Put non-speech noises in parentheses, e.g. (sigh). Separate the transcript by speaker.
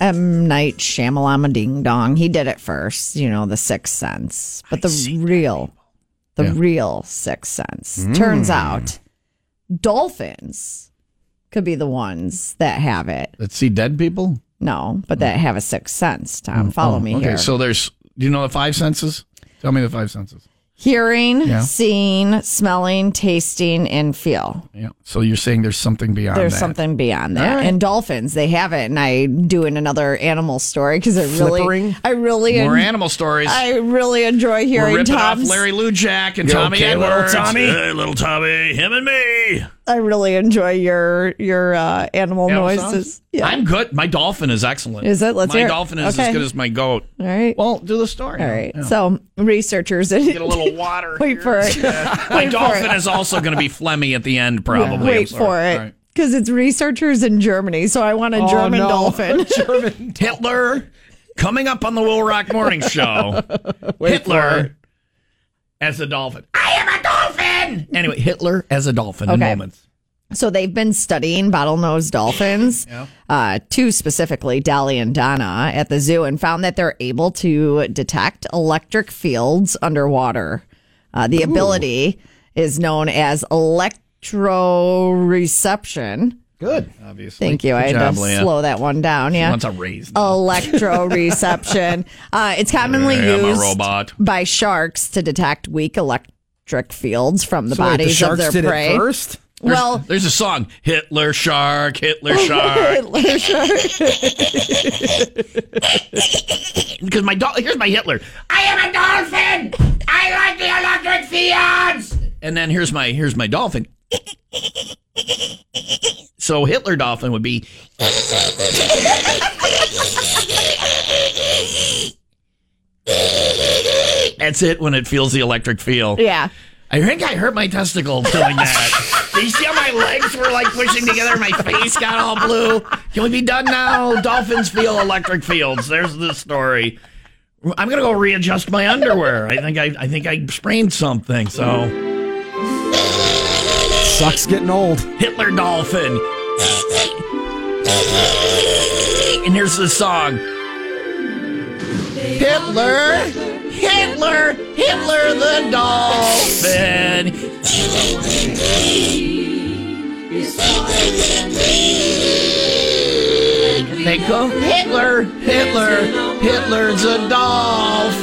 Speaker 1: M. Night Shyamalama Ding Dong. He did it first, you know, The Sixth Sense. But the real, the
Speaker 2: Yeah.
Speaker 1: real Sixth Sense.
Speaker 2: Hmm.
Speaker 1: Turns out dolphins could be the ones that have it.
Speaker 2: Let's see dead people.
Speaker 1: No, but that have a sixth sense, Tom. Follow me
Speaker 2: Hmm. Oh, okay,
Speaker 1: here.
Speaker 2: so there's. Do you know the five senses? Tell me the five senses.
Speaker 1: Hearing,
Speaker 2: Yeah.
Speaker 1: seeing, smelling, tasting, and feel.
Speaker 2: Yeah. So you're saying there's something beyond
Speaker 1: There's
Speaker 2: that.
Speaker 1: something beyond that.
Speaker 2: All right.
Speaker 1: And dolphins, they have it. And I do in another animal story because I really,
Speaker 3: Flippering?
Speaker 1: I really,
Speaker 2: More animal stories.
Speaker 1: I really enjoy
Speaker 2: We're
Speaker 1: hearing
Speaker 2: ripping
Speaker 1: Tom's.
Speaker 2: off Larry Lujak and
Speaker 3: You
Speaker 2: Tommy
Speaker 3: okay, little
Speaker 2: Edwards.
Speaker 3: Tommy?
Speaker 2: Hey, little Tommy, him and me.
Speaker 1: I really enjoy your your uh, animal
Speaker 2: Animal
Speaker 1: noises.
Speaker 2: sounds? I'm good. My dolphin is excellent.
Speaker 1: Is it? Let's
Speaker 2: my
Speaker 1: hear it.
Speaker 2: dolphin is
Speaker 1: Okay.
Speaker 2: as good as my goat.
Speaker 1: All right.
Speaker 2: Well, do the story.
Speaker 1: All right.
Speaker 2: Yeah.
Speaker 1: So researchers
Speaker 2: Get a little water.
Speaker 1: (laughs) wait
Speaker 2: here.
Speaker 1: for it.
Speaker 2: My
Speaker 1: wait for
Speaker 2: dolphin
Speaker 1: it.
Speaker 2: is also going to be phlegmy at the end, probably. I'm
Speaker 1: Wait
Speaker 2: sorry.
Speaker 1: for
Speaker 2: All right.
Speaker 1: it. Because it's researchers in Germany, so I want a
Speaker 3: Oh,
Speaker 1: German
Speaker 3: no.
Speaker 2: (laughs)
Speaker 1: dolphin.
Speaker 3: German.
Speaker 2: Hitler coming up on the Will Rock Morning (laughs)
Speaker 3: (laughs)
Speaker 2: Show.
Speaker 3: for
Speaker 2: Hitler as a dolphin. I am a dolphin. Anyway, Hitler as a dolphin in
Speaker 1: Okay.
Speaker 2: moments.
Speaker 1: So they've been studying bottlenose dolphins, uh, two specifically, Dolly and Donna, at the zoo, and found that they're able to detect electric fields underwater. Uh, the ability is known as electroreception.
Speaker 3: Good.
Speaker 2: Obviously.
Speaker 1: Thank you. I
Speaker 2: Good
Speaker 1: had
Speaker 2: job,
Speaker 1: to
Speaker 2: Leah.
Speaker 1: slow that one down. Yeah. (laughs)
Speaker 2: Wants a raise. now. (laughs)
Speaker 1: electroreception. uh, it's commonly
Speaker 2: Hey, I'm a
Speaker 1: used
Speaker 2: robot.
Speaker 1: by sharks to detect weak electric fields from the
Speaker 3: So wait,
Speaker 1: bodies
Speaker 3: the sharks
Speaker 1: of their
Speaker 3: did
Speaker 1: prey.
Speaker 3: it first.
Speaker 2: There's-
Speaker 1: Well,
Speaker 2: there's a song Hitler
Speaker 1: (laughs)
Speaker 2: Shark, Hitler Shark. (laughs) Because my dog, here's my Hitler. I am a dolphin. I like the electric fields. And then here's my here's my dolphin. So Hitler dolphin would be. (laughs) That's it when it feels the electric feel.
Speaker 1: yeah.
Speaker 2: I think I hurt my testicle doing that. (laughs) Did you see how my legs were like pushing together? My face got all blue. Can we be done now? Dolphins feel electric fields. There's the story. I'm gonna go readjust my underwear. I think I, I think I sprained something. So
Speaker 3: Sucks getting old.
Speaker 2: Hitler dolphin. And here's the song. Hitler, Hitler, Hitler the dolphin. They go Hitler, Hitler, Hitler's a dolphin.